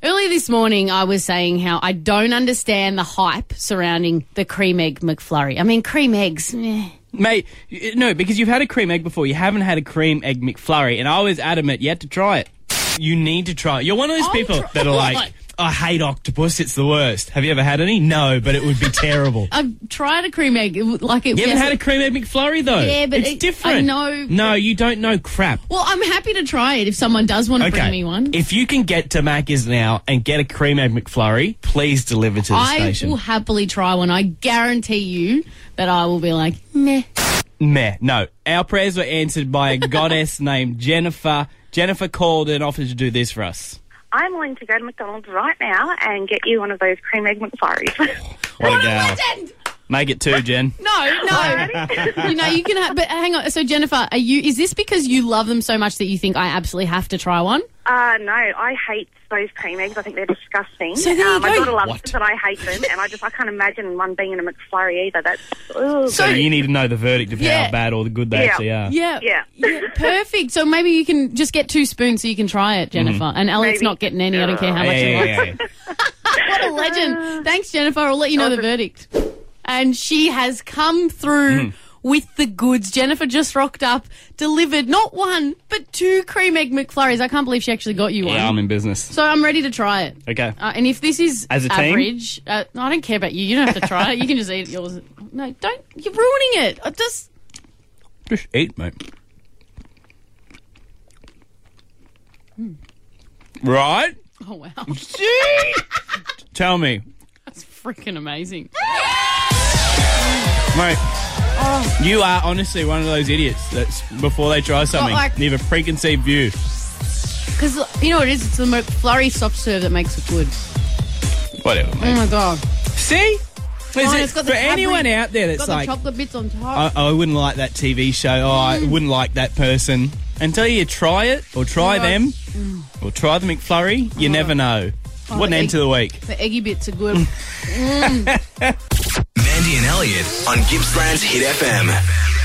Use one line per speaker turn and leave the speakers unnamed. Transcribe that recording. Earlier this morning, I was saying how I don't understand the hype surrounding the cream egg McFlurry. I mean, cream eggs. meh.
Mate, y- no, because you've had a cream egg before. You haven't had a cream egg McFlurry, and I was adamant you had to try it. You need to try it. You're one of those
I'll
people
try-
that are
Right.
like, I hate octopus, it's the worst. Have you ever had any? No, but it would be terrible.
I've tried a cream egg it w- like it.
You haven't
yes,
had a cream egg McFlurry, though.
Yeah, but
it's
it- I
different.
know-
No, you don't know crap.
Well, I'm happy to try it if someone does want to
Okay.
bring me one.
If you can get to Macca's now and get a cream egg McFlurry, please deliver to the
I
station.
will happily try one. I guarantee you that I will be like, meh.
Meh. No. Our prayers were answered by a goddess named Jennifer. Jennifer called and offered to do this for us.
I'm willing to go to McDonald's right now and get you one of those cream egg McFlurries.
What,
What a legend!
Make it two, Jen.
No, no. you know, you can. Ha- but hang on. So, Jennifer, are you? Is this because you love them so much that you think I absolutely have to try one?
uh, no, I hate those cream eggs. I think they're disgusting.
So there you
um, my
go.
daughter loves
What?
them, but I hate them, and I just I can't imagine one being in a McFlurry either. That's ugh.
So,
So you need to know the verdict of
Yeah.
how bad or the good they
Yeah.
actually are.
yeah,
Yeah.
perfect. So maybe you can just get two spoons so you can try it, Jennifer. And Elliot's
Maybe.
not getting any. I don't care how
Mhm. Yeah,
much. you
yeah,
like.
yeah, yeah.
What a legend! Thanks, Jennifer. I'll let you know the verdict. And she has come through.
Mm.
With the goods, Jennifer just rocked up, delivered not one but two cream egg McFlurries. I can't believe she actually got you one.
Yeah, I'm in business.
So I'm ready to try it.
Okay.
Uh, and if this is
As a team?
average, uh, no, I don't care about you. You don't have to try it. You can just eat yours. No, don't. You're ruining it. I just.
Just eat, mate.
Hmm.
Right?
Oh wow,
Tell me,
that's freaking amazing.
mate.
Oh.
You are honestly one of those idiots that's before they try something,
like-
they have a preconceived view.
Because you know what it is. It's the McFlurry soft serve that makes it good.
Whatever,
Oh
mate.
my god.
See? Listen,
Oh, it's got the
for
fabric-
anyone out there
Got
that's
the
like,
chocolate bits on top.
I, I wouldn't like that TV show. Oh, I wouldn't like that person. Until you try it, or try
Right.
them, or try the McFlurry, you never know. what an
the
end to
egg-
the week.
the eggy bits are good.
Mandy and Elliot on Gippsland's Hit FM.